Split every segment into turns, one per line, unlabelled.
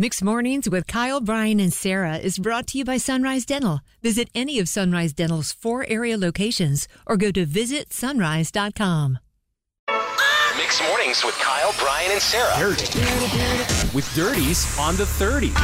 Mixed Mornings with Kyle, Brian, and Sarah is brought to you by Sunrise Dental. Visit any of Sunrise Dental's four area locations or go to visitsunrise.com.
Mixed mornings with Kyle, Brian, and Sarah.
Dirt. With Dirties on the 30s.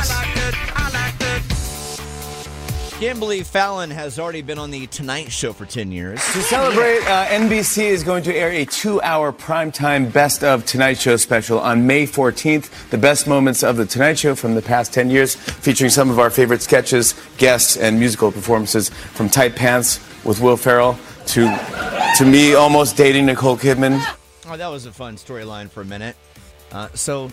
Can't believe Fallon has already been on the Tonight Show for 10 years.
To celebrate, uh, NBC is going to air a two hour primetime Best of Tonight Show special on May 14th. The best moments of The Tonight Show from the past 10 years, featuring some of our favorite sketches, guests, and musical performances from Tight Pants with Will Ferrell to, to me almost dating Nicole Kidman.
Oh, that was a fun storyline for a minute. Uh, so,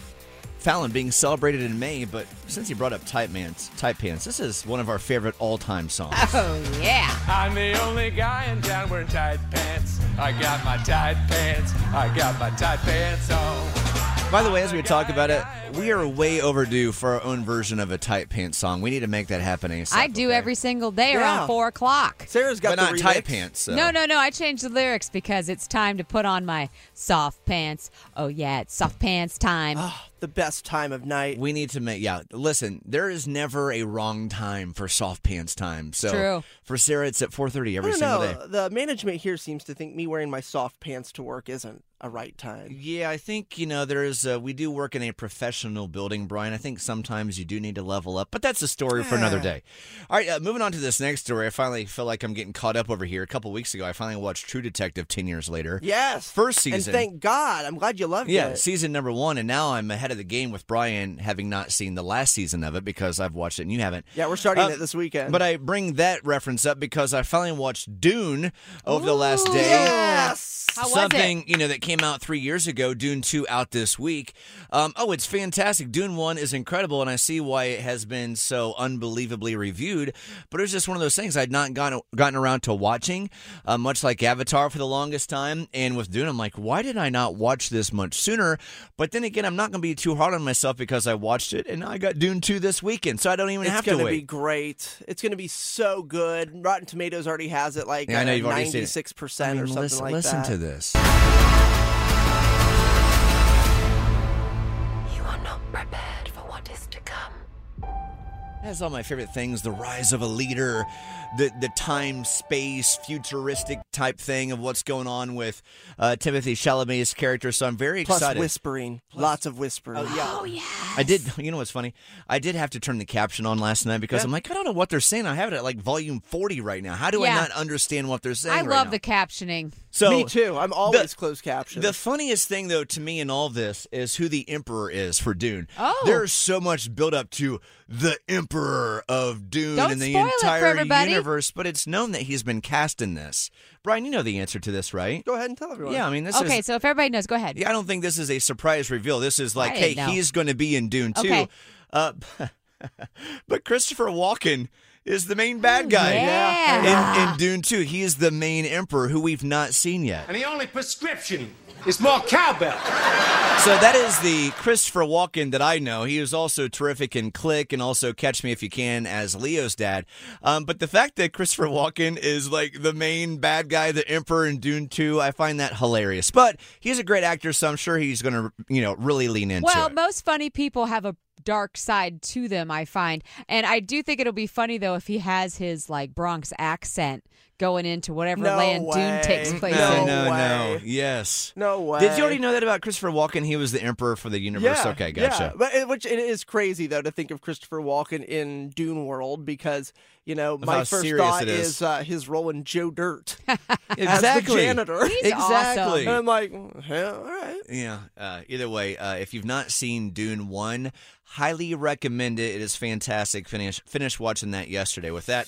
Fallon being celebrated in May, but since you brought up Tight Pants, Tight Pants, this is one of our favorite all-time songs.
I'm the only guy in town wearing tight pants. I got my tight pants. I got my tight pants on.
By the way, as we talk about it, we are way overdue for our own version of a Tight Pants song. We need to make that happen ASAP.
I do
okay?
every single day
Yeah.
around four o'clock.
Sarah's
but
got the
not
remix.
Tight Pants. So.
No, no, no. I changed the lyrics because it's time to put on my soft pants. Oh, yeah, it's soft pants time.
Ah, The best time of night.
We need to make yeah. Listen, there is never a wrong time for soft pants time. So
True.
for Sarah, it's at four thirty
I
every
don't
single day.
know. The management here seems to think me wearing my soft pants to work isn't a right time.
Yeah, I think you know there's uh, we do work in a professional building, Brian. I think sometimes you do need to level up, but that's a story for another day. All right, uh, moving on to this next story. I finally feel like I'm getting caught up over here. A couple weeks ago, I finally watched True Detective ten years later.
Yes.
First season.
And thank God. I'm glad you loved
Yeah,
it.
season number one, and now I'm ahead of the game with Brian, having not seen the last season of it because I've watched it and you haven't.
Yeah, we're starting
Uh,
it this weekend.
But I bring that reference up because I finally watched Dune over the last day.
yes.
How was
Something
it?
you know that came out three years ago. Dune two out this week. Um, oh, it's fantastic. Dune one is incredible, and I see why it has been so unbelievably reviewed. But it was just one of those things I'd not gotten gotten around to watching, uh, much like Avatar for the longest time. And with Dune, I'm like, why did I not watch this much sooner? But then again, I'm not going to be too hard on myself because I watched it, and I got Dune two this weekend, so I don't even
It's
have to
gonna
wait.
be great. It's gonna be so good. Rotten Tomatoes already has it like
Yeah, I know
uh,
you've already seen it.
96% or
mean,
something
listen,
like
listen
that.
to this.
You are not prepared for what is to come.
It has all my favorite things: the rise of a leader, the the time space futuristic type thing of what's going on with uh, Timothy Chalamet's character. So I'm very
Plus
excited.
whispering. Lots of whispering. Oh, yeah.
I did. You know what's funny? I did have to turn the caption on last night because I'm like, I don't know what they're saying. I have it at like volume 40 right now. How do I
Yeah.
not understand what they're saying?
I
right
love
now?
the captioning.
So
Me too. I'm always closed captioned.
The funniest thing, though, to me in all this is who the emperor is for Dune.
Oh.
there's so much build up to the emperor of Dune
Don't
and the
spoil it for
entire
everybody.
universe, but it's known that he's been cast in this. Brian, you know the answer to this, right?
Go ahead and tell everyone.
Yeah, I mean this
okay,
is.
so if everybody knows, go ahead.
yeah, I don't think this is a surprise reveal. This is like,
I
hey,
didn't know.
he's going to be in Dune too.
Okay.
Uh, but Christopher Walken is the main bad guy.
yeah.
In, in Dune 2, he is the main emperor who we've not seen yet.
And the only prescription is more cowbell.
So that is the Christopher Walken that I know. He was also terrific in Click and also Catch Me If You Can as Leo's dad. Um, but the fact that Christopher Walken is like the main bad guy, the Emperor in Dune 2, I find that hilarious. But he's a great actor, so I'm sure he's going to, you know, really lean into
Well,
it.
most funny people have a dark side to them, I find. And I do think it'll be funny though if he has his like Bronx accent going into whatever
No
land
way.
Dune takes place
no,
in.
no, no.
way.
Yes.
No way.
Did you already know that about Christopher Walken? He was the Emperor for the universe. okay, gotcha.
Yeah, but it, which it is crazy though to think of Christopher Walken in Dune World because you know
how
my first
serious
thought
it
is,
is.
uh, his role in Joe Dirt as the
Exactly.
janitor,
He's
exactly.
awesome.
and I'm like, mm, yeah, all right.
Yeah. Uh, either way, uh, if you've not seen Dune One, highly recommend it. It is fantastic. Finish finished watching that yesterday. With that,